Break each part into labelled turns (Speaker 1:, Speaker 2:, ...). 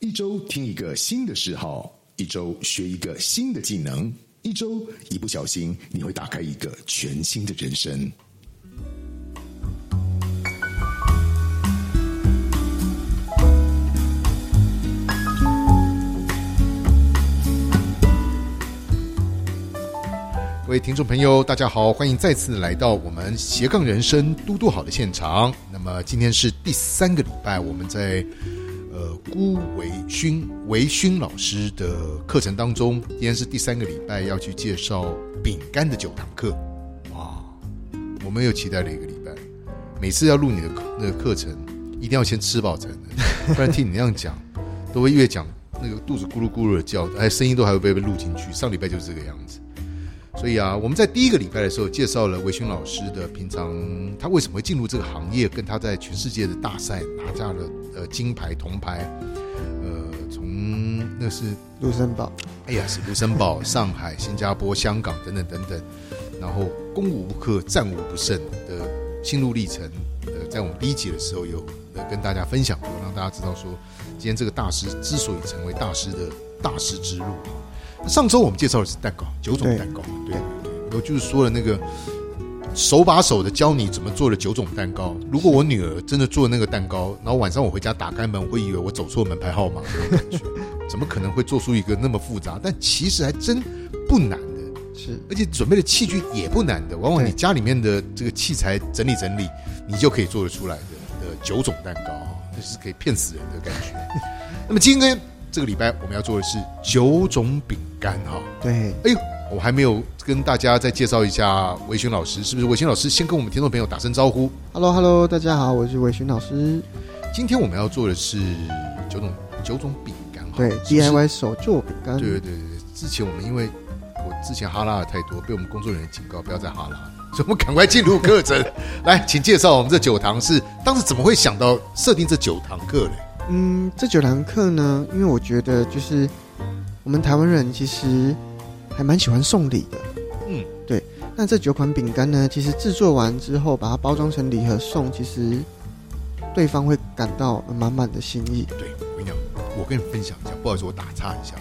Speaker 1: 一周听一个新的嗜好，一周学一个新的技能，一周一不小心你会打开一个全新的人生。
Speaker 2: 各位听众朋友，大家好，欢迎再次来到我们斜杠人生嘟嘟好的现场。那么今天是第三个礼拜，我们在呃辜维勋维勋老师的课程当中，今天是第三个礼拜要去介绍饼干的九堂课。哇，我们又期待了一个礼拜，每次要录你的课那个课程，一定要先吃饱才能，不然听你那样讲，都会越讲那个肚子咕噜咕噜的叫，哎，声音都还会被被录进去。上礼拜就是这个样子。所以啊，我们在第一个礼拜的时候介绍了维勋老师的平常他为什么会进入这个行业，跟他在全世界的大赛拿下了呃金牌、铜牌，呃，从那是
Speaker 3: 卢森堡，
Speaker 2: 哎呀是卢森堡、上海、新加坡、香港等等等等，然后攻无不克、战无不胜的心路历程，呃，在我们第一集的时候有呃跟大家分享过，让大家知道说，今天这个大师之所以成为大师的大师之路。那上周我们介绍的是蛋糕，九种
Speaker 3: 对
Speaker 2: 蛋糕，对对对，我就是说了那个手把手的教你怎么做了九种蛋糕。如果我女儿真的做那个蛋糕，然后晚上我回家打开门，我会以为我走错门牌号码那种感觉，怎么可能会做出一个那么复杂？但其实还真不难的。
Speaker 3: 是
Speaker 2: 而且准备的器具也不难的，往往你
Speaker 3: 对
Speaker 2: 家里面的这个器材整理整理，你就可以做得出来的的九种蛋糕，这是可以骗死人的感觉。那么今天这个礼拜我们要做的是九种饼干哈、
Speaker 3: 对，
Speaker 2: 哎呦，我还没有跟大家再介绍一下维勋老师，是不是？维勋老师先跟我们听众朋友打声招呼。
Speaker 3: Hello Hello，大家好，我是伟勋老师，
Speaker 2: 今天我们要做的是九种九种饼干哈、
Speaker 3: 对
Speaker 2: 是不是
Speaker 3: DIY 手做饼干，
Speaker 2: 对对对对，之前我们因为我之前哈拉的太多，被我们工作人员警告不要再哈拉了，所以我们赶快进入课程。 来，请介绍我们这九堂是当时怎么会想到设定这九堂课嘞？
Speaker 3: 嗯，这九堂课呢，因为我觉得就是我们台湾人其实还蛮喜欢送礼的，
Speaker 2: 嗯，
Speaker 3: 对。那这九款饼干呢，其实制作完之后，把它包装成礼盒送，其实对方会感到呃满满的心意。
Speaker 2: 对我跟你讲，我跟你分享一下，不好意思，我打岔一下。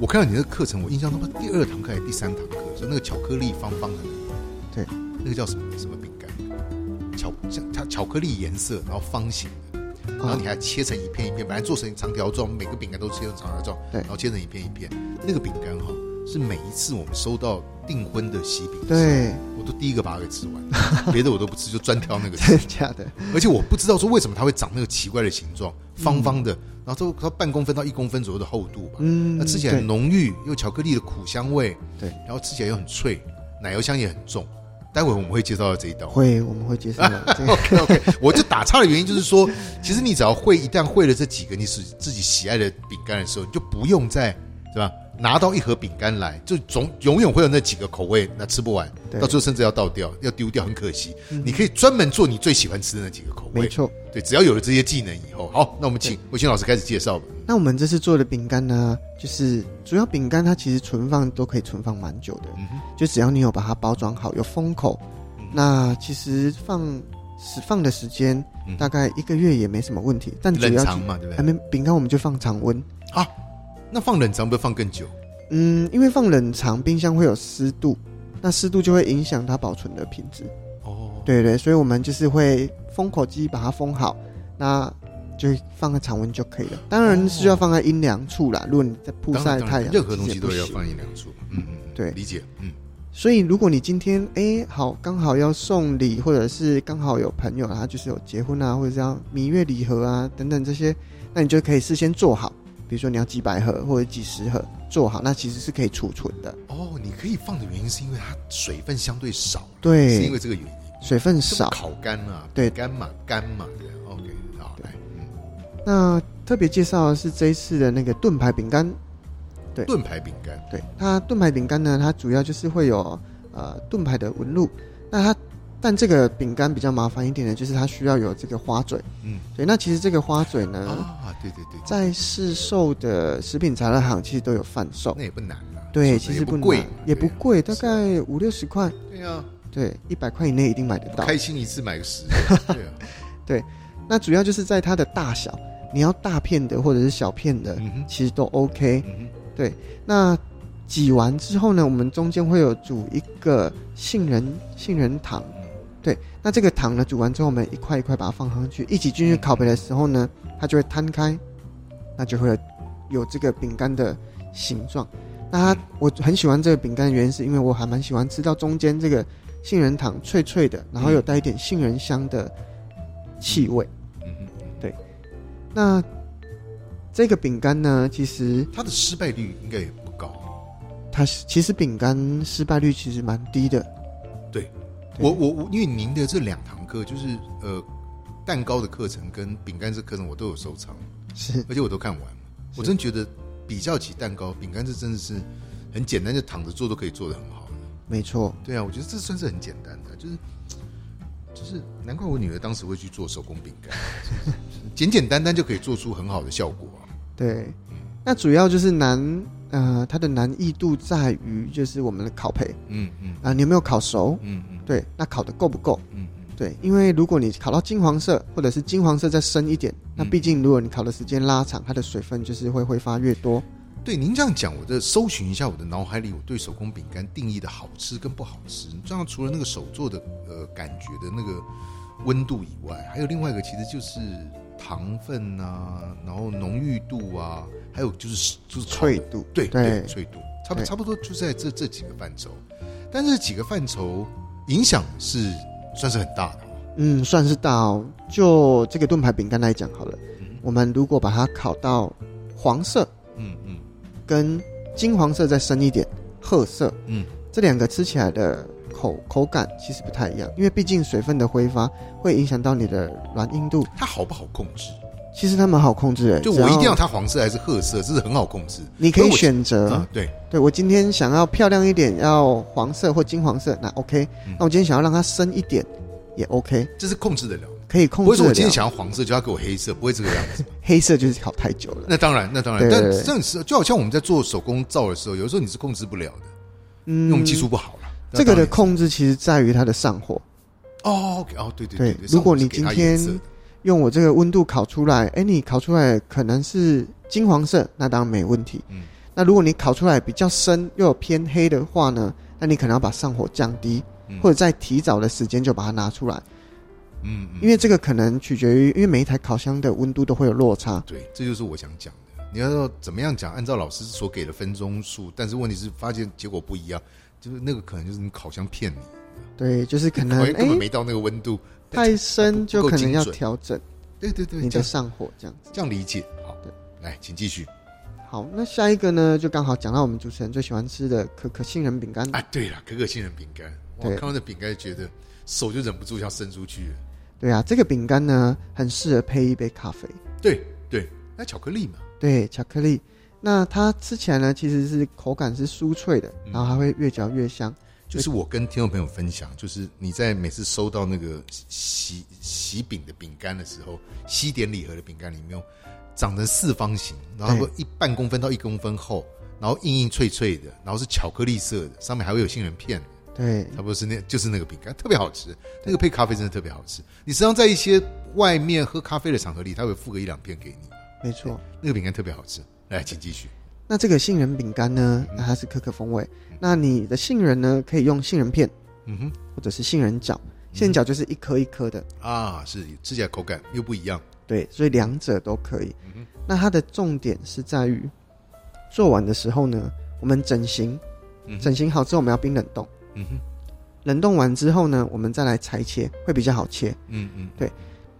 Speaker 2: 我看到你的课程，我印象中是第二堂课还是第三堂课，就那个巧克力方方的，
Speaker 3: 对，
Speaker 2: 那个叫什么什么饼干？巧像它巧克力颜色，然后方形的。然后
Speaker 3: 啊
Speaker 2: 你，还切成一片一片，本来做成长条状，每个饼干都切成长条状，
Speaker 3: 对
Speaker 2: 然后切成一片一片。那个饼干哈、是每一次我们收到订婚的喜饼，，
Speaker 3: 对，
Speaker 2: 我都第一个把它给吃完，别的我都不吃，就专挑那个吃。
Speaker 3: 真的假的？
Speaker 2: 而且我不知道说为什么它会长那个奇怪的形状，方方的，然后都它半公分到一公分左右的厚度吧，
Speaker 3: 嗯，
Speaker 2: 那吃起来很
Speaker 3: 对
Speaker 2: 浓郁，又有巧克力的苦香味，
Speaker 3: 对，
Speaker 2: 然后吃起来又很脆，奶油香也很重。待会我们会介绍到这一道。
Speaker 3: 会，我们会介绍的。 这个
Speaker 2: OK，我就打岔的原因就是说，其实你只要会，一旦会了这几个你是自己喜爱的饼干的时候，你就不用再对吧？拿到一盒饼干来，就总永远会有那几个口味，那吃不完，
Speaker 3: 对嗯
Speaker 2: 到最后甚至要倒掉，要丢掉，很可惜。你可以专门做你最喜欢吃的那几个口
Speaker 3: 没
Speaker 2: 味，
Speaker 3: 错。
Speaker 2: 对，只要有了这些技能以后，好，那我们请魏勋老师开始介绍吧。
Speaker 3: 那我们这次做的饼干呢，就是主要饼干它其实存放都可以存放蛮久的，
Speaker 2: 嗯哼，
Speaker 3: 就只要你有把它包装好，有封口，那其实放时放的时间
Speaker 2: 嗯
Speaker 3: 大概一个月也没什么问题。但主
Speaker 2: 冷
Speaker 3: 要嗯
Speaker 2: 藏嘛，对不
Speaker 3: 还
Speaker 2: 对？
Speaker 3: 没饼干我们就放常温，
Speaker 2: 那放冷藏不会放更久？
Speaker 3: 嗯，因为放冷藏冰箱会有湿度，那湿度就会影响它保存的品质。
Speaker 2: 哦，
Speaker 3: 对对，所以我们就是会封口机把它封好，那。就放在常温就可以了，当然是要放在阴凉处啦。如果你在曝
Speaker 2: 当
Speaker 3: 晒
Speaker 2: 然，当
Speaker 3: 太
Speaker 2: 然
Speaker 3: 阳，
Speaker 2: 任何东
Speaker 3: 其
Speaker 2: 西
Speaker 3: 实也
Speaker 2: 都
Speaker 3: 不
Speaker 2: 要
Speaker 3: 行
Speaker 2: 放一两处。嗯嗯，嗯
Speaker 3: 对
Speaker 2: 理解，嗯，
Speaker 3: 所以，如果你今天哎好刚好要送礼，或者是刚好有朋友啊，就是有结婚啊，或者是要蜜月礼盒啊等等这些，那你就可以事先做好。比如说你要几百盒或者几十盒做好，那其实是可以储存的。
Speaker 2: 哦，你可以放的原因是因为它水分相对少，是因
Speaker 3: 对
Speaker 2: 为，这个原因。
Speaker 3: 水分
Speaker 2: 这不
Speaker 3: 少。
Speaker 2: 烤干啊，
Speaker 3: 对
Speaker 2: 干嘛干嘛的。OK，好，来，嗯
Speaker 3: 那特别介绍的是这一次的那个盾牌饼干。对
Speaker 2: 盾牌饼干，
Speaker 3: 对，它盾牌饼干呢，它主要就是会有呃盾牌的纹路。那它但这个饼干比较麻烦一点的，就是它需要有这个花嘴。
Speaker 2: 嗯
Speaker 3: 对，那其实这个花嘴呢，
Speaker 2: 啊，对对对，
Speaker 3: 嗯在市售的食品材料行其实都有贩售，
Speaker 2: 那也不难啊，说
Speaker 3: 对，其
Speaker 2: 也
Speaker 3: 实
Speaker 2: 不
Speaker 3: 难
Speaker 2: 贵，
Speaker 3: 也不
Speaker 2: 对啊
Speaker 3: 贵，大概五六十块，
Speaker 2: 对啊，
Speaker 3: 对，一百块以内一定买得到。
Speaker 2: 开心一次买个十个，对啊，
Speaker 3: 那主要就是在它的大小，你要大片的或者是小片的，
Speaker 2: 嗯哼
Speaker 3: 其实都 OK。
Speaker 2: 嗯
Speaker 3: 那挤完之后呢，我们中间会有煮一个杏仁杏仁糖，
Speaker 2: 嗯
Speaker 3: 对，那这个糖呢煮完之后，我们一块一块把它放上去，一起进去烤焙的时候呢，它就会摊开，那就会有有这个饼干的形状。那
Speaker 2: 嗯
Speaker 3: 它我很喜欢这个饼干的原因，是因为我还蛮喜欢吃到中间这个杏仁糖脆脆的，然后有带一点杏仁香的气味。
Speaker 2: 哼嗯哼，
Speaker 3: 那这个饼干呢，其实
Speaker 2: 它的失败率应该也不高。
Speaker 3: 它是其实饼干失败率其实蛮低的。对
Speaker 2: 我我我，因为您的这两堂课就是呃，蛋糕的课程跟饼干这课程我都有收藏，
Speaker 3: 是
Speaker 2: 而且我都看完了。我真觉得比较起蛋糕，饼干这真的是很简单，就躺着做都可以做的很好。
Speaker 3: 没错，
Speaker 2: 对啊，我觉得这算是很简单的，就是就是难怪我女儿当时会去做手工饼干， 就是简简单单就可以做出很好的效果啊。
Speaker 3: 对。那主要就是难，呃，它的难易度在于就是我们的烤焙啊、
Speaker 2: 嗯嗯
Speaker 3: 你有没有烤熟？
Speaker 2: 嗯嗯
Speaker 3: 对，那烤的够不够？
Speaker 2: 嗯嗯
Speaker 3: 对，因为如果你烤到金黄色，或者是金黄色再深一点，那
Speaker 2: 嗯
Speaker 3: 毕竟如果你烤的时间拉长，它的水分就是会挥发越多。
Speaker 2: 对，您这样讲，我的搜寻一下我的脑海里我对手工饼干定义的好吃跟不好吃。这样除了那个手做的呃感觉的那个温度以外，还有另外一个其实就是糖分啊，然后浓郁度啊，还有就是就是烤
Speaker 3: 脆
Speaker 2: 的
Speaker 3: 度
Speaker 2: 对
Speaker 3: 对
Speaker 2: 脆度，差不
Speaker 3: 对
Speaker 2: 差不多就在这这几个范畴。但这几个范畴影响是算是很大的哦。
Speaker 3: 嗯，算是大哦。就这个盾牌饼干来讲好了，我们如果把它烤到黄色，
Speaker 2: 嗯嗯
Speaker 3: 跟金黄色再深一点，褐色，
Speaker 2: 嗯，
Speaker 3: 这两个吃起来的口口感其实不太一样，因为毕竟水分的挥发会影响到你的软硬度。
Speaker 2: 它好不好控制？
Speaker 3: 其实它蛮好控制的，
Speaker 2: 就
Speaker 3: 只
Speaker 2: 我一定要，它黄色还是褐色，这是很好控制。
Speaker 3: 你可
Speaker 2: 所
Speaker 3: 以
Speaker 2: 以我
Speaker 3: 选择。
Speaker 2: 啊，对，
Speaker 3: 对我今天想要漂亮一点，要黄色或金黄色，那 OK、
Speaker 2: 嗯
Speaker 3: 那我今天想要让它深一点，也 OK，
Speaker 2: 这是控制得了。
Speaker 3: 可以控
Speaker 2: 不会
Speaker 3: 制
Speaker 2: 说
Speaker 3: 得
Speaker 2: 我今天
Speaker 3: 了。
Speaker 2: 想要黄色，就要给我黑色，不会这个样子。
Speaker 3: 黑色就是烤太久了，
Speaker 2: 那当然，那当然，
Speaker 3: 对
Speaker 2: 但
Speaker 3: 对对
Speaker 2: 这样是就好像我们在做手工皂的时候，有时候你是控制不了的，因
Speaker 3: 嗯
Speaker 2: 为我们技术不好了。
Speaker 3: 这个的
Speaker 2: 那
Speaker 3: 控制其实在于它的上火。
Speaker 2: 当然哦，OK，哦，对对
Speaker 3: 对
Speaker 2: 对。
Speaker 3: 如果你
Speaker 2: 上次给它
Speaker 3: 今天
Speaker 2: 颜色
Speaker 3: 用我这个温度烤出来，哎，你烤出来可能是金黄色，那当然没问题。
Speaker 2: 嗯
Speaker 3: 那如果你烤出来比较深又有偏黑的话呢，那你可能要把上火降低，
Speaker 2: 嗯
Speaker 3: 或者在提早的时间就把它拿出来，
Speaker 2: 嗯，嗯
Speaker 3: 因为这个可能取决于，因为每一台烤箱的温度都会有落差。
Speaker 2: 对，这就是我想讲的。你要说怎么样讲，按照老师所给的分钟数，但是问题是发现结果不一样，就是那个可能就是你烤箱骗你，
Speaker 3: 对，就是可能
Speaker 2: 好像根本
Speaker 3: 哎
Speaker 2: 没到那个温度。
Speaker 3: 太深就可能要
Speaker 2: 不够精准
Speaker 3: 调整
Speaker 2: 对对对，
Speaker 3: 你
Speaker 2: 这
Speaker 3: 的
Speaker 2: 样
Speaker 3: 上火这样子。
Speaker 2: 这样理解好
Speaker 3: 对。
Speaker 2: 来，请继续
Speaker 3: 好，那下一个呢，就刚好讲到我们主持人最喜欢吃的可可杏仁饼干。
Speaker 2: 啊！对了，可可杏仁饼干，我
Speaker 3: 对
Speaker 2: 看到那饼干就觉得手就忍不住要伸出去了。
Speaker 3: 对啊，这个饼干呢，很适合配一杯咖啡。
Speaker 2: 对对，那巧克力嘛，
Speaker 3: 对，巧克力。那它吃起来呢，其实是口感是酥脆的，然后它会越嚼越香。
Speaker 2: 就是我跟听众朋友分享，就是你在每次收到那个喜喜饼的饼干的时候，西点礼盒的饼干里面，长成四方形，然后一半公分到一公分厚，然后硬硬脆脆的，然后是巧克力色的，上面还会有杏仁片，
Speaker 3: 对
Speaker 2: 差不多是那就是那个饼干，特别好吃。那个配咖啡真的特别好吃。你实际上在一些外面喝咖啡的场合里，他会附个一两片给你，
Speaker 3: 没错。
Speaker 2: 那个饼干特别好吃。来，请继续。
Speaker 3: 那这个杏仁饼干呢，那它是可可风味。那你的杏仁呢，可以用杏仁片
Speaker 2: 嗯哼。
Speaker 3: 或者是杏仁角，杏仁角就是一颗一颗的，
Speaker 2: 啊，是吃起来口感又不一样。
Speaker 3: 对，所以两者都可以。那它的重点是在于，做完的时候呢，我们整形，
Speaker 2: 嗯哼
Speaker 3: 整形好之后我们要冰冷冻，
Speaker 2: 嗯哼，
Speaker 3: 冷冻完之后呢，我们再来裁切，会比较好切。
Speaker 2: 嗯嗯，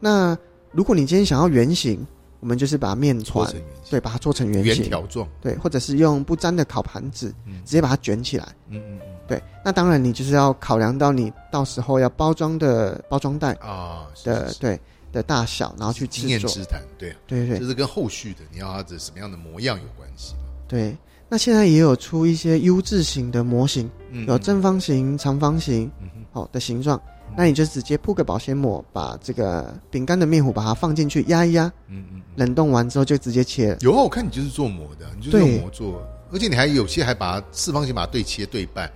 Speaker 3: 那如果你今天想要圆形，我们就是把面
Speaker 2: 搓
Speaker 3: 团
Speaker 2: 成圆形，
Speaker 3: 对，把它做成圆
Speaker 2: 圆
Speaker 3: 形，
Speaker 2: 条状。
Speaker 3: 对，或者是用不粘的烤盘子，
Speaker 2: 嗯
Speaker 3: 直接把它卷起来。
Speaker 2: 嗯嗯嗯，
Speaker 3: 对，那当然你就是要考量到你到时候要包装的包装袋
Speaker 2: 啊，是
Speaker 3: 的
Speaker 2: 是是
Speaker 3: 对的大小，然后去制
Speaker 2: 经验
Speaker 3: 作。
Speaker 2: 之谈，对啊，
Speaker 3: 对对
Speaker 2: 这
Speaker 3: 对
Speaker 2: 是跟后续的你要它的什么样的模样有关系嘛。
Speaker 3: 对。那现在也有出一些 U 字形的模型，
Speaker 2: 嗯，
Speaker 3: 有正方形、长方形，
Speaker 2: 嗯哼嗯
Speaker 3: 好、的形状。那你就直接铺个保鲜膜，把这个饼干的面糊把它放进去压一压，
Speaker 2: 嗯嗯嗯，
Speaker 3: 冷冻完之后就直接切了。
Speaker 2: 有啊，我看你就是做模的，你就是
Speaker 3: 对
Speaker 2: 用模做，而且你还有些还把它四方形把它对切对半，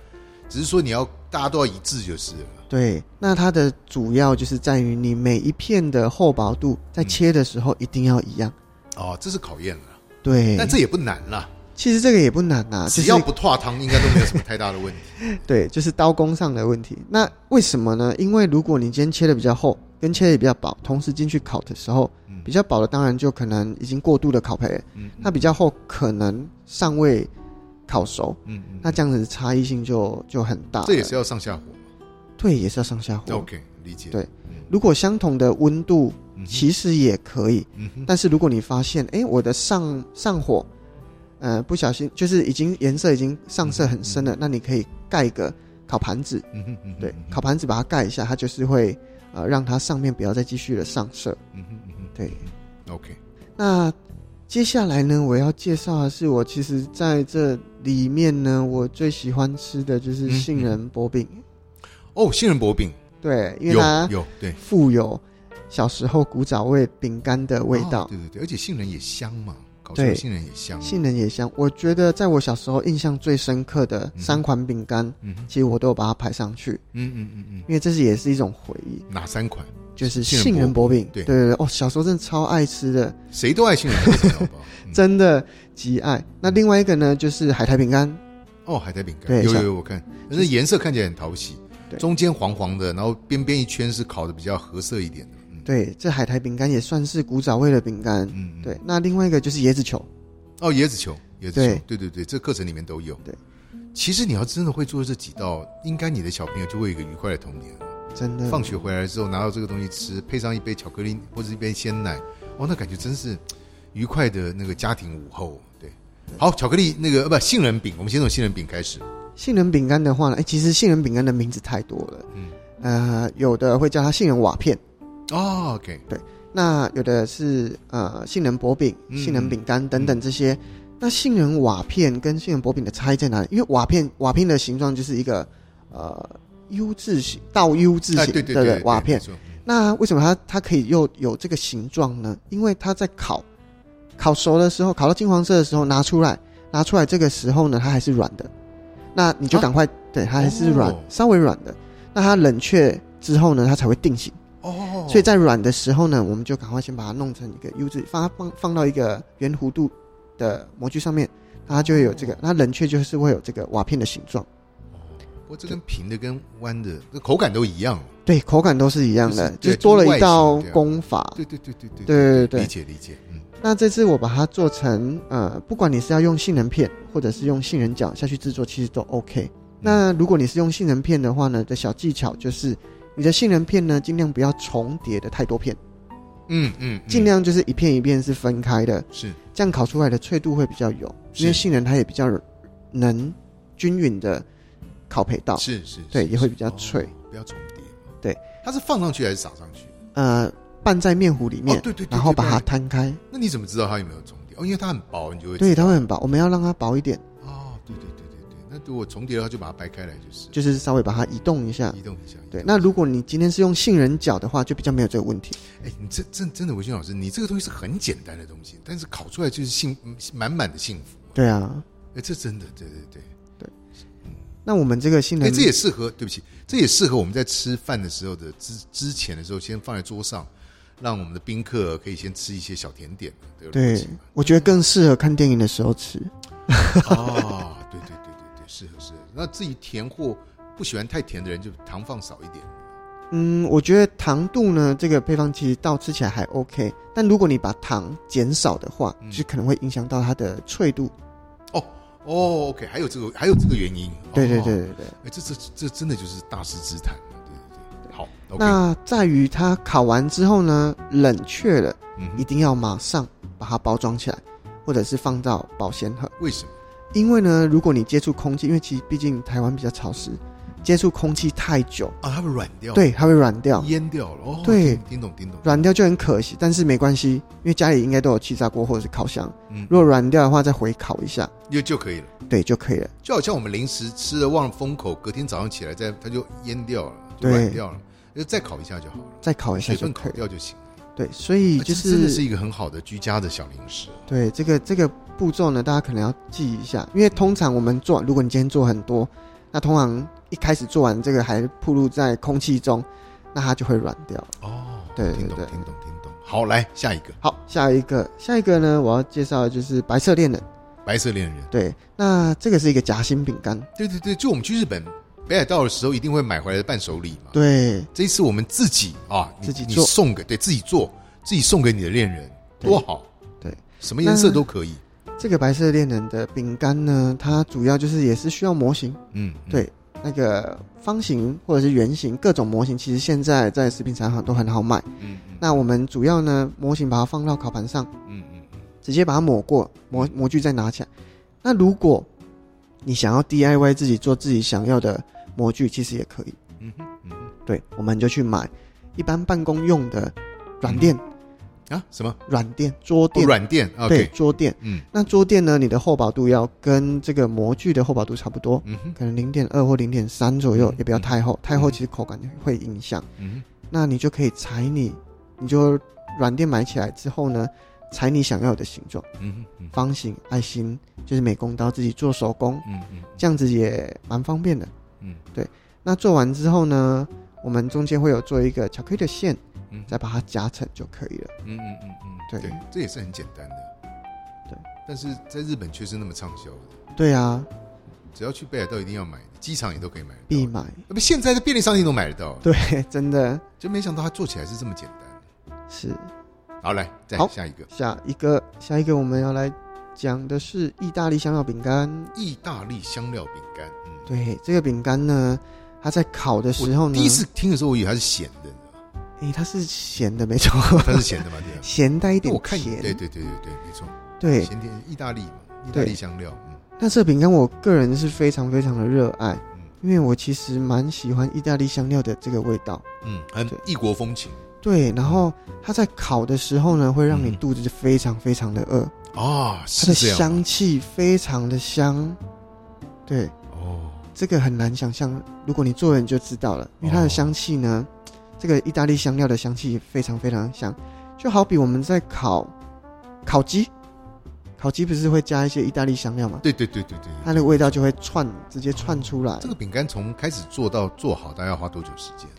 Speaker 2: 只是说你要大家都要一致就是了。
Speaker 3: 对，那它
Speaker 2: 嗯
Speaker 3: 的主要就是在于你每一片的厚薄度，在切的时候一定要一样。
Speaker 2: 哦，这是考验了，
Speaker 3: 对，
Speaker 2: 但这也不难啦，
Speaker 3: 其实这个也不难呐、就
Speaker 2: 只
Speaker 3: 是
Speaker 2: 要不跨汤，应该都没有什么太大的问题。
Speaker 3: 对，就是刀工上的问题。那为什么呢？因为如果你今天切的比较厚，跟切的比较薄，同时进去烤的时候，
Speaker 2: 嗯
Speaker 3: 比较薄的当然就可能已经过度的烤焙了，
Speaker 2: 嗯嗯
Speaker 3: 那比较厚可能尚未烤熟，
Speaker 2: 嗯嗯，
Speaker 3: 那这样子差异性就就很大了。
Speaker 2: 这也是要上下火嘛
Speaker 3: 对，也是要上下火。
Speaker 2: OK，理解。
Speaker 3: 哦对
Speaker 2: 嗯，
Speaker 3: 如果相同的温度，
Speaker 2: 嗯哼
Speaker 3: 其实也可以，
Speaker 2: 嗯哼
Speaker 3: 但是如果你发现，哎、我的上上火，呃，不小心就是已经颜色已经上色很深了，那你可以盖一个烤盘子，
Speaker 2: 嗯哼嗯哼
Speaker 3: 对
Speaker 2: 嗯，哼
Speaker 3: 烤盘子把它盖一下，它就是会呃让它上面不要再继续的上色。
Speaker 2: 嗯哼嗯哼
Speaker 3: 对，
Speaker 2: OK，
Speaker 3: 那接下来呢，我要介绍的是我其实在这里面呢，我最喜欢吃的
Speaker 2: 嗯
Speaker 3: 就是杏仁薄饼，
Speaker 2: 哦，杏仁薄饼
Speaker 3: 对，因为
Speaker 2: 有
Speaker 3: 它
Speaker 2: 有对
Speaker 3: 富有小时候古早味饼干的味道
Speaker 2: 哦，对对对，而且杏仁也香嘛，烤出
Speaker 3: 对
Speaker 2: 来杏仁也香。
Speaker 3: 杏仁也香。我觉得在我小时候印象最深刻的三款饼干，
Speaker 2: 嗯哼
Speaker 3: 其实我都有把它排上去，
Speaker 2: 嗯嗯嗯嗯，
Speaker 3: 因为这是也是一种回忆，
Speaker 2: 哪三款？
Speaker 3: 就是
Speaker 2: 杏仁
Speaker 3: 杏仁薄
Speaker 2: 薄
Speaker 3: 饼
Speaker 2: 饼。
Speaker 3: 对
Speaker 2: 对嗯
Speaker 3: 对对，哦，小时候真的超爱吃的。
Speaker 2: 谁都爱杏仁薄饼，好不 好？嗯
Speaker 3: 真的极爱。那另外一个呢，就是海苔饼干，
Speaker 2: 哦，海苔饼干
Speaker 3: 对
Speaker 2: 有
Speaker 3: 像
Speaker 2: 有有，我看，但是颜色看起来很讨喜
Speaker 3: 对，
Speaker 2: 中间黄黄的，然后边边一圈是烤的比较合色一点的。嗯
Speaker 3: 对，这海苔饼干也算是古早味的饼干。
Speaker 2: 嗯，嗯
Speaker 3: 对，那另外一个就是椰子球，
Speaker 2: 哦，椰子球，椰子
Speaker 3: 对
Speaker 2: 球，对对对，这课程里面都有。
Speaker 3: 对，
Speaker 2: 其实你要真的会做这几道，应该你的小朋友就会有一个愉快的童年。
Speaker 3: 真的
Speaker 2: 放学回来之后拿到这个东西吃，配上一杯巧克力或者一杯鲜奶，哦，那感觉真是愉快的那个家庭午后。对，好，巧克力那个呃不杏仁饼，我们先从杏仁饼开始。
Speaker 3: 杏仁饼干的话呢，哎、其实杏仁饼干的名字太多了，
Speaker 2: 嗯
Speaker 3: 呃，有的会叫它杏仁瓦片，
Speaker 2: 哦，OK，
Speaker 3: 那有的是呃杏仁薄饼、
Speaker 2: 嗯
Speaker 3: 杏仁饼干等等这些。那杏仁瓦片跟杏仁薄饼的差异在哪里？因为瓦片瓦片的形状就是一个呃 U 字形倒 U 字
Speaker 2: 哎，
Speaker 3: 形
Speaker 2: 对对
Speaker 3: 的
Speaker 2: 对，
Speaker 3: 瓦片
Speaker 2: 没，错
Speaker 3: 那为什么它它可以又有这个形状呢？因为它在烤烤熟的时候，烤到金黄色的时候拿出来，拿出来这个时候呢，它还是软的。那你就
Speaker 2: 啊
Speaker 3: 赶快，对，它还是软，
Speaker 2: 哦
Speaker 3: 稍微软的。那它冷却之后呢，它才会定型。
Speaker 2: 哦，
Speaker 3: 所以在软的时候呢，我们就赶快先把它弄成一个 U 字，放它放放到一个圆弧度的模具上面，那它就会有
Speaker 2: 哦
Speaker 3: 这个。那冷却就是会有这个瓦片的形状，
Speaker 2: 不过这跟平的跟弯的，那口感都一样。哦
Speaker 3: 对，口感都是一样的，
Speaker 2: 就是对
Speaker 3: 是多了一
Speaker 2: 就是
Speaker 3: 道
Speaker 2: 外形这样
Speaker 3: 功法。
Speaker 2: 对对对对对
Speaker 3: 对对对对
Speaker 2: 理解理解，嗯，
Speaker 3: 那这次我把它做成呃，不管你是要用杏仁片或者是用杏仁角下去制作，其实都 OK。那
Speaker 2: 嗯
Speaker 3: 如果你是用杏仁片的话呢，的小技巧就是，你的杏仁片呢尽量不要重叠的太多片，
Speaker 2: 嗯嗯，嗯
Speaker 3: 尽量就是一片一片是分开的，
Speaker 2: 是
Speaker 3: 这样烤出来的脆度会比较有，
Speaker 2: 是
Speaker 3: 因为杏仁它也比较能均匀的烤焙到，
Speaker 2: 是是，
Speaker 3: 啊对，
Speaker 2: 是
Speaker 3: 也会比较
Speaker 2: 哦
Speaker 3: 脆。
Speaker 2: 不要重叠。
Speaker 3: 对，
Speaker 2: 它是放上去还是撒上去？
Speaker 3: 呃，拌在面糊里面，
Speaker 2: 哦对对对
Speaker 3: 然后
Speaker 2: 对
Speaker 3: 把它
Speaker 2: 对
Speaker 3: 摊开，
Speaker 2: 那你怎么知道它有没有重叠？哦，因为它很薄，你就会
Speaker 3: 对，它会很薄，我们要让它薄一点，
Speaker 2: 哦，对对对对对，那如果重叠的话，就把它掰开来就是，
Speaker 3: 就是稍微把它移动一下，
Speaker 2: 移动一下。移动
Speaker 3: 对
Speaker 2: 一，下
Speaker 3: 那如果你今天是用杏仁角的话，就比较没有这个问题。
Speaker 2: 哎，你这真真的，维轩老师，你这个东西是很简单的东西，但是烤出来就是幸嗯满满的幸福。
Speaker 3: 对啊，
Speaker 2: 哎，这真的，对对对，
Speaker 3: 那我们这个杏
Speaker 2: 哎，
Speaker 3: 仁，
Speaker 2: 这也适合，对不起，这也适合我们在吃饭的时候的之之前的时候，先放在桌上，让我们的宾客可以先吃一些小甜点的逻
Speaker 3: 对
Speaker 2: 辑嘛。
Speaker 3: 我觉得更适合看电影的时候吃。
Speaker 2: 哦，对对对对对，适合适合。那至于甜或不喜欢太甜的人，就糖放少一点。
Speaker 3: 嗯，我觉得糖度呢，这个配方其实倒吃起来还 OK，但如果你把糖减少的话，
Speaker 2: 嗯
Speaker 3: 就可能会影响到它的脆度。
Speaker 2: 哦，OK，还有这个，还有这个原因。
Speaker 3: 对对
Speaker 2: 哦
Speaker 3: 对对对。
Speaker 2: 哎，这这这真的就是大师之谈了，对对对。好，OK，哦
Speaker 3: 那在于它烤完之后呢，冷却了，
Speaker 2: 嗯
Speaker 3: 一
Speaker 2: 哼，
Speaker 3: 定要马上把它包装起来，或者是放到保鲜盒。
Speaker 2: 为什么？
Speaker 3: 因为呢，如果你接触空气，因为其实毕竟台湾比较潮湿，接触空气太久，
Speaker 2: 啊，它会软掉，，
Speaker 3: 对，它会软掉，
Speaker 2: 淹掉了。哦，
Speaker 3: 对
Speaker 2: 听，听懂听懂。
Speaker 3: 软掉就很可惜。但是没关系，因为家里应该都有气炸锅或者是烤箱，
Speaker 2: 嗯
Speaker 3: 如果软掉的话再回烤一下，
Speaker 2: 就就可以了。
Speaker 3: 对就可以了。
Speaker 2: 就好像我们零食吃了忘了封口，隔天早上起来再它就淹掉了，就
Speaker 3: 对
Speaker 2: 软掉了，就再烤一下就好了，
Speaker 3: 再烤一下
Speaker 2: 水
Speaker 3: 就
Speaker 2: 分
Speaker 3: 可
Speaker 2: 烤
Speaker 3: 以了。
Speaker 2: 掉就行。
Speaker 3: 对，所以
Speaker 2: 啊
Speaker 3: 就
Speaker 2: 这真
Speaker 3: 是
Speaker 2: 的是一个很好的居家的小零食。
Speaker 3: 对这个这个步骤呢，大家可能要记一下，因为通常我们做，如果你今天做很多，那通常一开始做完这个还暴露在空气中，那它就会软掉。
Speaker 2: 哦，
Speaker 3: 对对
Speaker 2: 听懂
Speaker 3: 对。
Speaker 2: 听懂听懂。好，来下一个
Speaker 3: 好，下一个，下一个呢，我要介绍的就是白色恋人。
Speaker 2: 白色恋人。
Speaker 3: 对，那这个是一个夹心饼干。
Speaker 2: 对对对，就我们去日本北海道的时候，一定会买回来的伴手礼嘛。，
Speaker 3: 对，
Speaker 2: 这一次我们自己啊，你
Speaker 3: 自己
Speaker 2: 你
Speaker 3: 做
Speaker 2: 送给对自己做，自己送给你的恋人，
Speaker 3: 对
Speaker 2: 多好。
Speaker 3: 对，
Speaker 2: 什么颜色
Speaker 3: 那
Speaker 2: 都可以。
Speaker 3: 这个白色恋人的饼干呢，它主要就是也是需要模型，
Speaker 2: 嗯，嗯
Speaker 3: 对那个方形或者是圆形各种模型，其实现在在食品厂行都很好买。
Speaker 2: 嗯嗯
Speaker 3: 那我们主要呢，模型把它放到烤盘上，
Speaker 2: 嗯嗯嗯
Speaker 3: 直接把它抹过模模具再拿起来。那如果你想要 DIY 自己做自己想要的模具，其实也可以。
Speaker 2: 嗯哼嗯哼
Speaker 3: 对，我们就去买一般办公用的软垫、
Speaker 2: 啊，什么？
Speaker 3: 软垫、桌
Speaker 2: 哦，
Speaker 3: 垫，
Speaker 2: 软垫
Speaker 3: 对
Speaker 2: ，OK，
Speaker 3: 桌垫。
Speaker 2: 嗯
Speaker 3: 那桌垫呢，你的厚薄度要跟这个模具的厚薄度差不多，
Speaker 2: 嗯哼
Speaker 3: 可能零点二或零点三左右
Speaker 2: 嗯，
Speaker 3: 也不要太厚，太厚
Speaker 2: 嗯
Speaker 3: 其实口感会影响。
Speaker 2: 嗯
Speaker 3: 那你就可以裁你，你就软垫买起来之后呢，裁你想要的形状，
Speaker 2: 哼嗯哼嗯哼
Speaker 3: 方形、爱心，就是美工刀自己做手工，
Speaker 2: 嗯嗯
Speaker 3: 这样子也蛮方便的。
Speaker 2: 嗯
Speaker 3: 那做完之后呢，我们中间会有做一个巧克力的线，
Speaker 2: 嗯
Speaker 3: 再把它夹成就可以了。
Speaker 2: 嗯嗯嗯嗯，
Speaker 3: 对
Speaker 2: 对，这也是很简单的。
Speaker 3: 对，
Speaker 2: 但是在日本却是那么畅销的，
Speaker 3: 对啊，
Speaker 2: 只要去北海道一定要买的，机场也都可以买得
Speaker 3: 必
Speaker 2: 到。
Speaker 3: 买。
Speaker 2: 那么现在的便利商店都买得到，
Speaker 3: 对，真的
Speaker 2: 就没想到它做起来是这么简单。
Speaker 3: 是。
Speaker 2: 好，来再
Speaker 3: 好
Speaker 2: 下一个
Speaker 3: 下一个，下一个我们要来讲的是意大利香料饼干。
Speaker 2: 意大利香料饼干。嗯，
Speaker 3: 对，这个饼干呢，它在烤的时候
Speaker 2: 我
Speaker 3: 呢，
Speaker 2: 第一次听的时候，我以为它是咸的，你知道吗
Speaker 3: 诶，它是咸的，没错，
Speaker 2: 它是咸的嘛？对啊。
Speaker 3: 咸带一
Speaker 2: 因为
Speaker 3: 点
Speaker 2: 我看你，
Speaker 3: 甜。
Speaker 2: 对对对对对，没错，
Speaker 3: 对
Speaker 2: 咸甜意大利嘛，意大
Speaker 3: 对
Speaker 2: 利香料。嗯
Speaker 3: 那这饼干我个人是非常非常的热爱，
Speaker 2: 嗯
Speaker 3: 因为我其实蛮喜欢意大利香料的这个味道。
Speaker 2: 嗯，很
Speaker 3: 对
Speaker 2: 异国风情
Speaker 3: 对，然后它在烤的时候呢，会让你
Speaker 2: 嗯
Speaker 3: 肚子非常非常的饿，
Speaker 2: 啊，
Speaker 3: 它
Speaker 2: 是
Speaker 3: 的
Speaker 2: 这样
Speaker 3: 香气非常的香。对，
Speaker 2: 哦。
Speaker 3: 这个很难想象，如果你做了你就知道了，因为它
Speaker 2: 哦
Speaker 3: 的香气呢，这个意大利香料的香气非常非常香，就好比我们在烤烤鸡，烤鸡不是会加一些意大利香料嘛，
Speaker 2: 对对对对对，对
Speaker 3: 它的味道就会串，直接串出来
Speaker 2: 这。个饼干从开始做到做好，大概要花多久时间？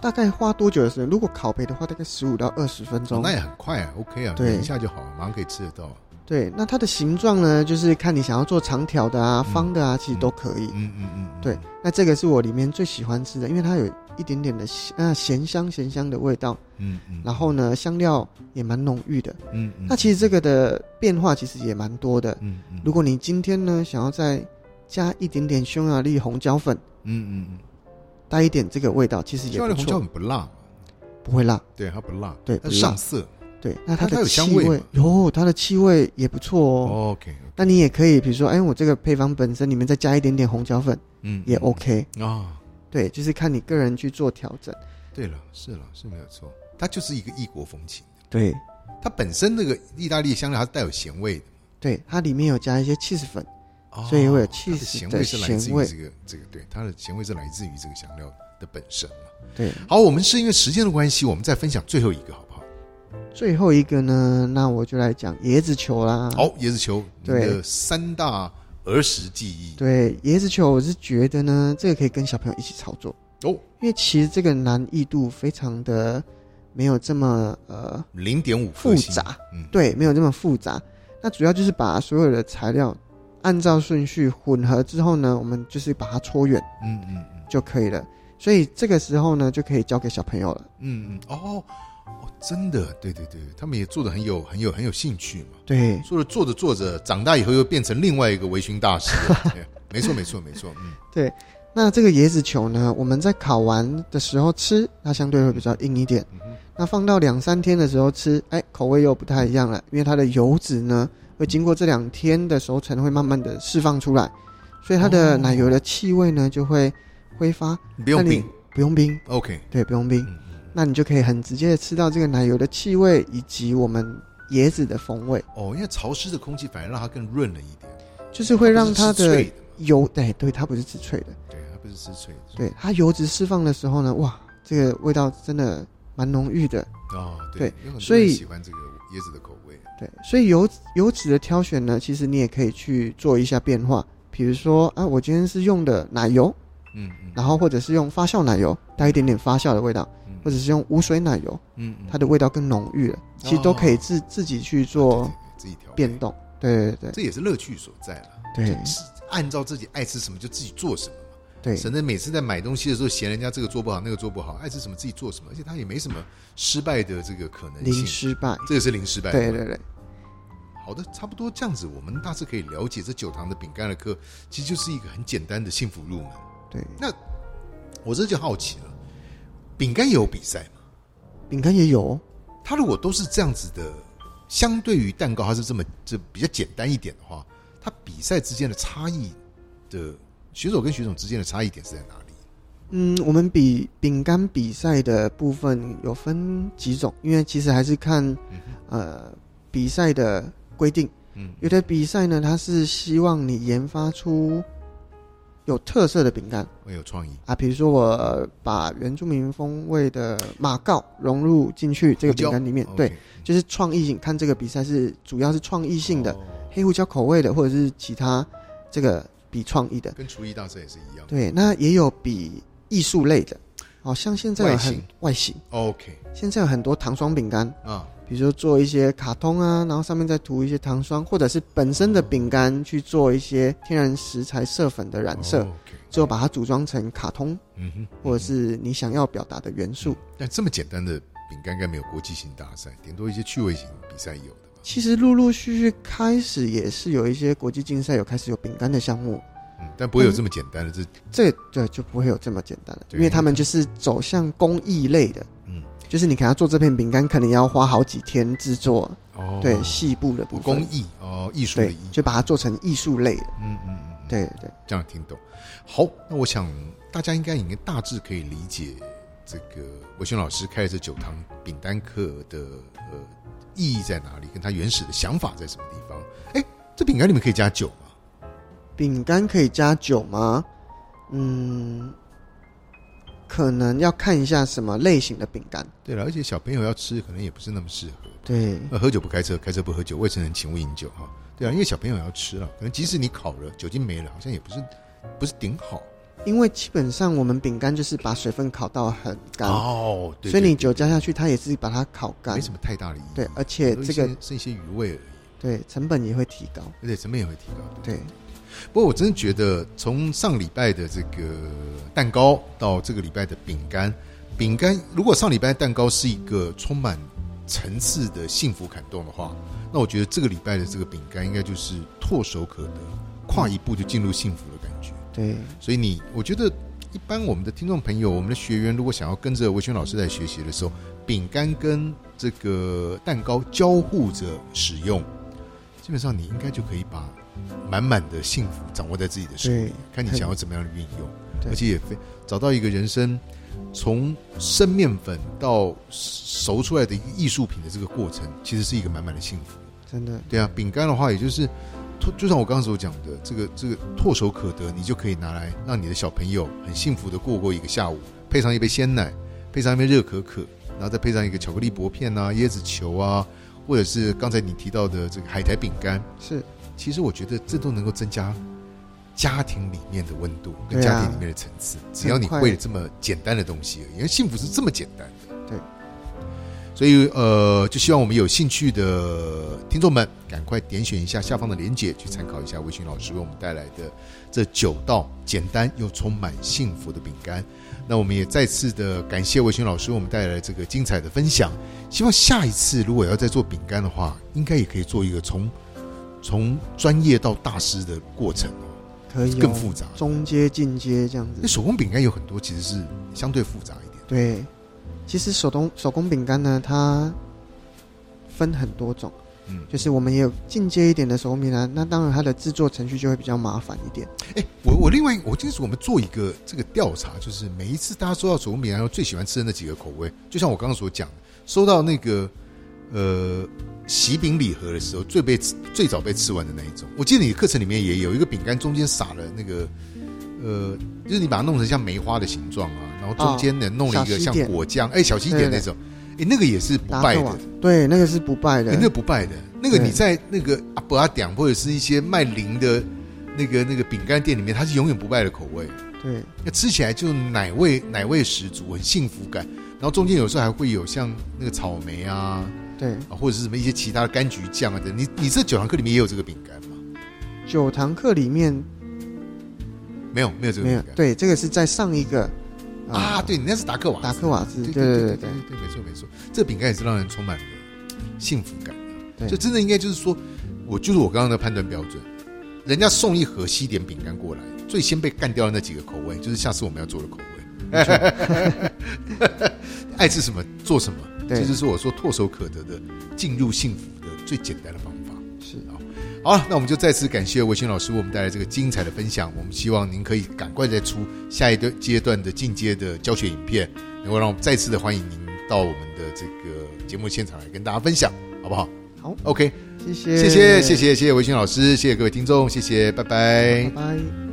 Speaker 3: 大概花多久的时间？如果烤焙的话，大概十五到二十分钟
Speaker 2: 那。也很快啊，OK 啊，
Speaker 3: 对
Speaker 2: 等一下就好，马上可以吃得到啊。
Speaker 3: 对，那它的形状呢，就是看你想要做长条的啊、
Speaker 2: 嗯
Speaker 3: 方的啊，其实都可以。
Speaker 2: 嗯嗯嗯，嗯
Speaker 3: 对，那这个是我里面最喜欢吃的，因为它有一点点的咸啊咸香咸香的味道。
Speaker 2: 嗯嗯，
Speaker 3: 然后呢，香料也蛮浓郁的。
Speaker 2: 嗯嗯，
Speaker 3: 那其实这个的变化其实也蛮多的。
Speaker 2: 嗯嗯，
Speaker 3: 如果你今天呢想要再加一点点匈牙利红椒粉，
Speaker 2: 嗯嗯
Speaker 3: 带一点这个味道，其实
Speaker 2: 嗯，
Speaker 3: 也
Speaker 2: 匈牙利
Speaker 3: 不
Speaker 2: 红椒
Speaker 3: 错，
Speaker 2: 很不辣嘛，
Speaker 3: 不会辣。
Speaker 2: 对，它不辣，
Speaker 3: 对
Speaker 2: 它
Speaker 3: 不
Speaker 2: 上
Speaker 3: 辣
Speaker 2: 色。
Speaker 3: 对，那它
Speaker 2: 它它
Speaker 3: 的
Speaker 2: 有香
Speaker 3: 气
Speaker 2: 味
Speaker 3: 味
Speaker 2: 吗
Speaker 3: 有它的气味也不错哦。
Speaker 2: OK，
Speaker 3: 那你也可以，比如说，哎，我这个配方本身里面再加一点点红椒粉
Speaker 2: 嗯，
Speaker 3: 也
Speaker 2: 嗯
Speaker 3: OK。
Speaker 2: 啊。
Speaker 3: 对，就是看你个人去做调整。
Speaker 2: 对了，是了，是没有错，它就是一个异国风情。
Speaker 3: 对，
Speaker 2: 它本身那个意大利香料，它是带有咸味的，
Speaker 3: 对，它里面有加一些 cheese 粉，
Speaker 2: 哦
Speaker 3: 所以会有
Speaker 2: 它的
Speaker 3: cheese
Speaker 2: 咸
Speaker 3: 的
Speaker 2: 味是来自
Speaker 3: 咸
Speaker 2: 于
Speaker 3: 味
Speaker 2: 这个这个，对，它的咸味是来自于这个香料的本身嘛。
Speaker 3: 对，
Speaker 2: 好，我们是因为时间的关系，我们再分享最后一个好不好？
Speaker 3: 最后一个呢，那我就来讲椰子球啦。
Speaker 2: 好，椰子球，你
Speaker 3: 对
Speaker 2: 的三大儿时记忆。
Speaker 3: 对，椰子球我是觉得呢，这个可以跟小朋友一起操作，
Speaker 2: 哦，
Speaker 3: 因为其实这个难易度非常的没有这么呃
Speaker 2: 零点五
Speaker 3: 复杂，
Speaker 2: 嗯，
Speaker 3: 对，没有这么复杂。那主要就是把所有的材料按照顺序混合之后呢，我们就是把它搓圆
Speaker 2: 嗯嗯嗯
Speaker 3: 就可以了。所以这个时候呢，就可以交给小朋友了。
Speaker 2: 嗯嗯，哦哦，真的，对对对，他们也做的很有很有很有兴趣嘛。
Speaker 3: 对
Speaker 2: 做着做着做着，长大以后又变成另外一个微醺大师了。 对没错没错没错，嗯
Speaker 3: 对，那这个椰子球呢，我们在烤完的时候吃，它相对会比较硬一点。
Speaker 2: 嗯哼
Speaker 3: 那放到两三天的时候吃，哎，口味又不太一样了，因为它的油脂呢会经过这两天的熟成，会慢慢的释放出来，所以它
Speaker 2: 哦
Speaker 3: 的奶油的气味呢就会挥发。
Speaker 2: 你不用
Speaker 3: 那你
Speaker 2: 冰
Speaker 3: 不用冰，
Speaker 2: ，OK，
Speaker 3: 对，不用冰，
Speaker 2: 嗯嗯
Speaker 3: 那你就可以很直接的吃到这个奶油的气味以及我们椰子的风味，
Speaker 2: 哦，因为潮湿的空气反而让它更润了一点，
Speaker 3: 就是会让它
Speaker 2: 哦不是吃
Speaker 3: 的
Speaker 2: 脆的嘛
Speaker 3: 油，对对，它不是吃脆的，
Speaker 2: 对，它不是吃脆的，
Speaker 3: 对，它油脂释放的时候呢，哇，这个味道真的蛮浓郁的。
Speaker 2: 哦，
Speaker 3: 对
Speaker 2: 有很多
Speaker 3: 所以
Speaker 2: 人喜欢这个椰子的口味。啊
Speaker 3: 对，所以油油脂的挑选呢，其实你也可以去做一下变化，比如说啊，我今天是用的奶油，
Speaker 2: 嗯嗯
Speaker 3: 然后或者是用发酵奶油，带一点点发酵的味道，
Speaker 2: 嗯
Speaker 3: 或者是用无水奶油，
Speaker 2: 嗯，嗯
Speaker 3: 它的味道更浓郁了，其实都可以自自己去做
Speaker 2: 自己调配
Speaker 3: 变，动。对对
Speaker 2: 这也是乐趣所在了。
Speaker 3: 对对
Speaker 2: 是按照自己爱吃什么就自己做什么嘛，
Speaker 3: 对
Speaker 2: 省得每次在买东西的时候嫌人家这个做不好那个做不好，爱吃什么自己做什么，而且它也没什么失败的这个可能
Speaker 3: 零
Speaker 2: 性。
Speaker 3: 失败，
Speaker 2: 这个是零失败。
Speaker 3: 对对对，
Speaker 2: 好的，差不多这样子，我们大致可以了解这九堂的饼干的课，其实就是一个很简单的幸福入门。
Speaker 3: 对
Speaker 2: 我这就好奇了，饼干也有比赛吗？
Speaker 3: 饼干也有，
Speaker 2: 它如果都是这样子的，相对于蛋糕，它是这么这比较简单一点的话，它比赛之间的差异的选手跟选手之间的差异点是在哪里？
Speaker 3: 嗯，我们比饼干比赛的部分有分几种，因为其实还是看呃比赛的规定。
Speaker 2: 嗯，
Speaker 3: 有的比赛呢，它是希望你研发出有特色的饼干
Speaker 2: 很有创意。
Speaker 3: 啊，比如说我呃把原住民风味的马告融入进去这个饼干里
Speaker 2: 哦
Speaker 3: 面，对，就是创意性。看这个比赛是主要是创意性的，
Speaker 2: 哦
Speaker 3: 黑胡椒口味的，或者是其他这个比创意的。
Speaker 2: 跟厨艺大赛也是一样。
Speaker 3: 对，那也有比艺术类的，好、像现在有很
Speaker 2: 外形
Speaker 3: 外形，
Speaker 2: OK
Speaker 3: 现在有很多糖霜饼干，
Speaker 2: 啊，
Speaker 3: 比如说做一些卡通啊，然后上面再涂一些糖霜，或者是本身的饼干去做一些天然食材色粉的染色，
Speaker 2: OK，
Speaker 3: 最后把它组装成卡通
Speaker 2: 嗯哼，
Speaker 3: 或者是你想要表达的元素。
Speaker 2: 但这么简单的饼干，应该没有国际性大赛，顶多一些趣味型比赛有的吧。
Speaker 3: 其实陆陆续续开始也是有一些国际竞赛有开始有饼干的项目，
Speaker 2: 嗯，但不会有这么简单的。这
Speaker 3: 这对就不会有这么简单了，
Speaker 2: 对
Speaker 3: 因为他们就是走向工艺类的，
Speaker 2: 嗯
Speaker 3: 嗯，就是你给他做这片饼干，可能要花好几天制作，
Speaker 2: 哦，
Speaker 3: 对细部的部分，
Speaker 2: 工艺哦，艺术的
Speaker 3: 对
Speaker 2: 艺，，
Speaker 3: 就把它做成艺术类的，
Speaker 2: 嗯嗯嗯嗯，
Speaker 3: 对对
Speaker 2: 这样听懂。好，那我想大家应该已经大致可以理解这个维轩老师开的这九堂饼干课的呃意义在哪里，跟他原始的想法在什么地方。哎，这饼干里面可以加酒吗？
Speaker 3: 饼干可以加酒吗？嗯，可能要看一下什么类型的饼干，
Speaker 2: 对了，而且小朋友要吃，可能也不是那么适合。
Speaker 3: 对
Speaker 2: 呃，喝酒不开车，开车不喝酒，未成年请勿饮酒哈、对啊，因为小朋友要吃了，可能即使你烤了，酒精没了，好像也不是不是顶好。
Speaker 3: 因为基本上我们饼干就是把水分烤到很干，
Speaker 2: 哦，对
Speaker 3: 所以
Speaker 2: 对
Speaker 3: 你酒加下去，它也是把它烤干
Speaker 2: 没，什么太大的意义。
Speaker 3: 对，而且
Speaker 2: 都一
Speaker 3: 这
Speaker 2: 些
Speaker 3: 个
Speaker 2: 是一些余味而已，
Speaker 3: 对成本也会提高，
Speaker 2: 而且成本也会提高。对
Speaker 3: 对。
Speaker 2: 不过我真的觉得，从上礼拜的这个蛋糕到这个礼拜的饼干，饼干如果上礼拜的蛋糕是一个充满层次的幸福感动的话，那我觉得这个礼拜的这个饼干应该就是唾手可得，跨一步就进入幸福的感觉。
Speaker 3: 对
Speaker 2: 所以你，我觉得一般我们的听众朋友、我们的学员，如果想要跟着维轩老师在学习的时候，饼干跟这个蛋糕交互着使用，基本上你应该就可以把满满的幸福掌握在自己的手里
Speaker 3: 对，
Speaker 2: 看你想要怎么样的运用，
Speaker 3: 对
Speaker 2: 而且也非找到一个人生从生面粉到熟出来的一个艺术品的这个过程，其实是一个满满的幸福。
Speaker 3: 真的
Speaker 2: 对啊，饼干的话，也就是唾，就像我刚刚所讲的，这个这个唾手可得，你就可以拿来让你的小朋友很幸福的过过一个下午，配上一杯鲜奶，配上一杯热可可，然后再配上一个巧克力薄片啊、椰子球啊，或者是刚才你提到的这个海苔饼干，
Speaker 3: 是
Speaker 2: 其实我觉得这都能够增加。家庭里面的温度跟
Speaker 3: 对啊
Speaker 2: 家庭里面的层次，只要你
Speaker 3: 很快
Speaker 2: 会了这么简单的东西而已，因为幸福是这么简单的。
Speaker 3: 对，
Speaker 2: 所以呃，就希望我们有兴趣的听众们，赶快点选一下下方的链接，去参考一下魏勋老师为我们带来的这九道简单又充满幸福的饼干。那我们也再次的感谢魏勋老师为我们带来这个精彩的分享。希望下一次如果要再做饼干的话，应该也可以做一个从从专业到大师的过程哦，
Speaker 3: 可以、哦、
Speaker 2: 更复杂。
Speaker 3: 中阶、进阶这样
Speaker 2: 那
Speaker 3: 子。
Speaker 2: 手工饼干有很多其实是相对复杂一点。
Speaker 3: 对，其实手工手工饼干呢，它分很多种，
Speaker 2: 嗯，
Speaker 3: 就是我们也有进阶一点的手工饼干，那当然它的制作程序就会比较麻烦一点。
Speaker 2: 哎，我我另外我今天我们做一个这个调查，就是每一次大家收到手工饼干后最喜欢吃的那几个口味，就像我刚刚所讲的，收到那个呃喜饼礼盒的时候，最被吃最早被吃完的那一种。我记得你的课程里面也有一个饼干，中间撒了那个呃，就是你把它弄成像梅花的形状啊，然后中间呢弄了一个
Speaker 3: 小
Speaker 2: 像
Speaker 3: 西点
Speaker 2: 果酱，哎，小西点那种，哎，那个也是不
Speaker 3: 达
Speaker 2: 败
Speaker 3: 克
Speaker 2: 的
Speaker 3: 瓦。对，那个是不败的
Speaker 2: 欸，那不败的，那个
Speaker 3: 对
Speaker 2: 你在那个阿伯阿点或者是一些卖零的那个那个饼干店里面，它是永远不败的口味，
Speaker 3: 对
Speaker 2: 那吃起来就奶味奶味十足，很幸福感。然后中间有时候还会有像那个草莓啊，
Speaker 3: 对，
Speaker 2: 啊或者是什么一些其他的柑橘酱啊等。你你这九堂课里面也有这个饼干吗？
Speaker 3: 九堂课里面
Speaker 2: 没有，没有这个
Speaker 3: 没有
Speaker 2: 饼，干。
Speaker 3: 对，这个是在上一个呃
Speaker 2: 啊，对，你那是达克瓦斯
Speaker 3: 达克瓦兹，
Speaker 2: 对对
Speaker 3: 对对
Speaker 2: 对
Speaker 3: 对对
Speaker 2: 对对，没错没错，这饼干也是让人充满了幸福感的。
Speaker 3: 对
Speaker 2: 就真的应该就是说，我就是我刚刚的判断标准，人家送一盒西点饼干过来，最先被干掉的那几个口味，就是下次我们要做的口味。 爱吃什么做什么，
Speaker 3: 对
Speaker 2: 这就是我说唾手可得的进入幸福的最简单的方法。
Speaker 3: 是
Speaker 2: 好，那我们就再次感谢维新老师为我们带来这个精彩的分享。我们希望您可以赶快再出下一段阶段的进阶的教学影片，能够让我们再次的欢迎您到我们的这个节目现场来跟大家分享，好不好？
Speaker 3: 好
Speaker 2: ，OK，
Speaker 3: 谢谢
Speaker 2: 谢谢谢谢谢谢维新老师，谢谢各位听众，谢谢，拜拜
Speaker 3: 拜拜。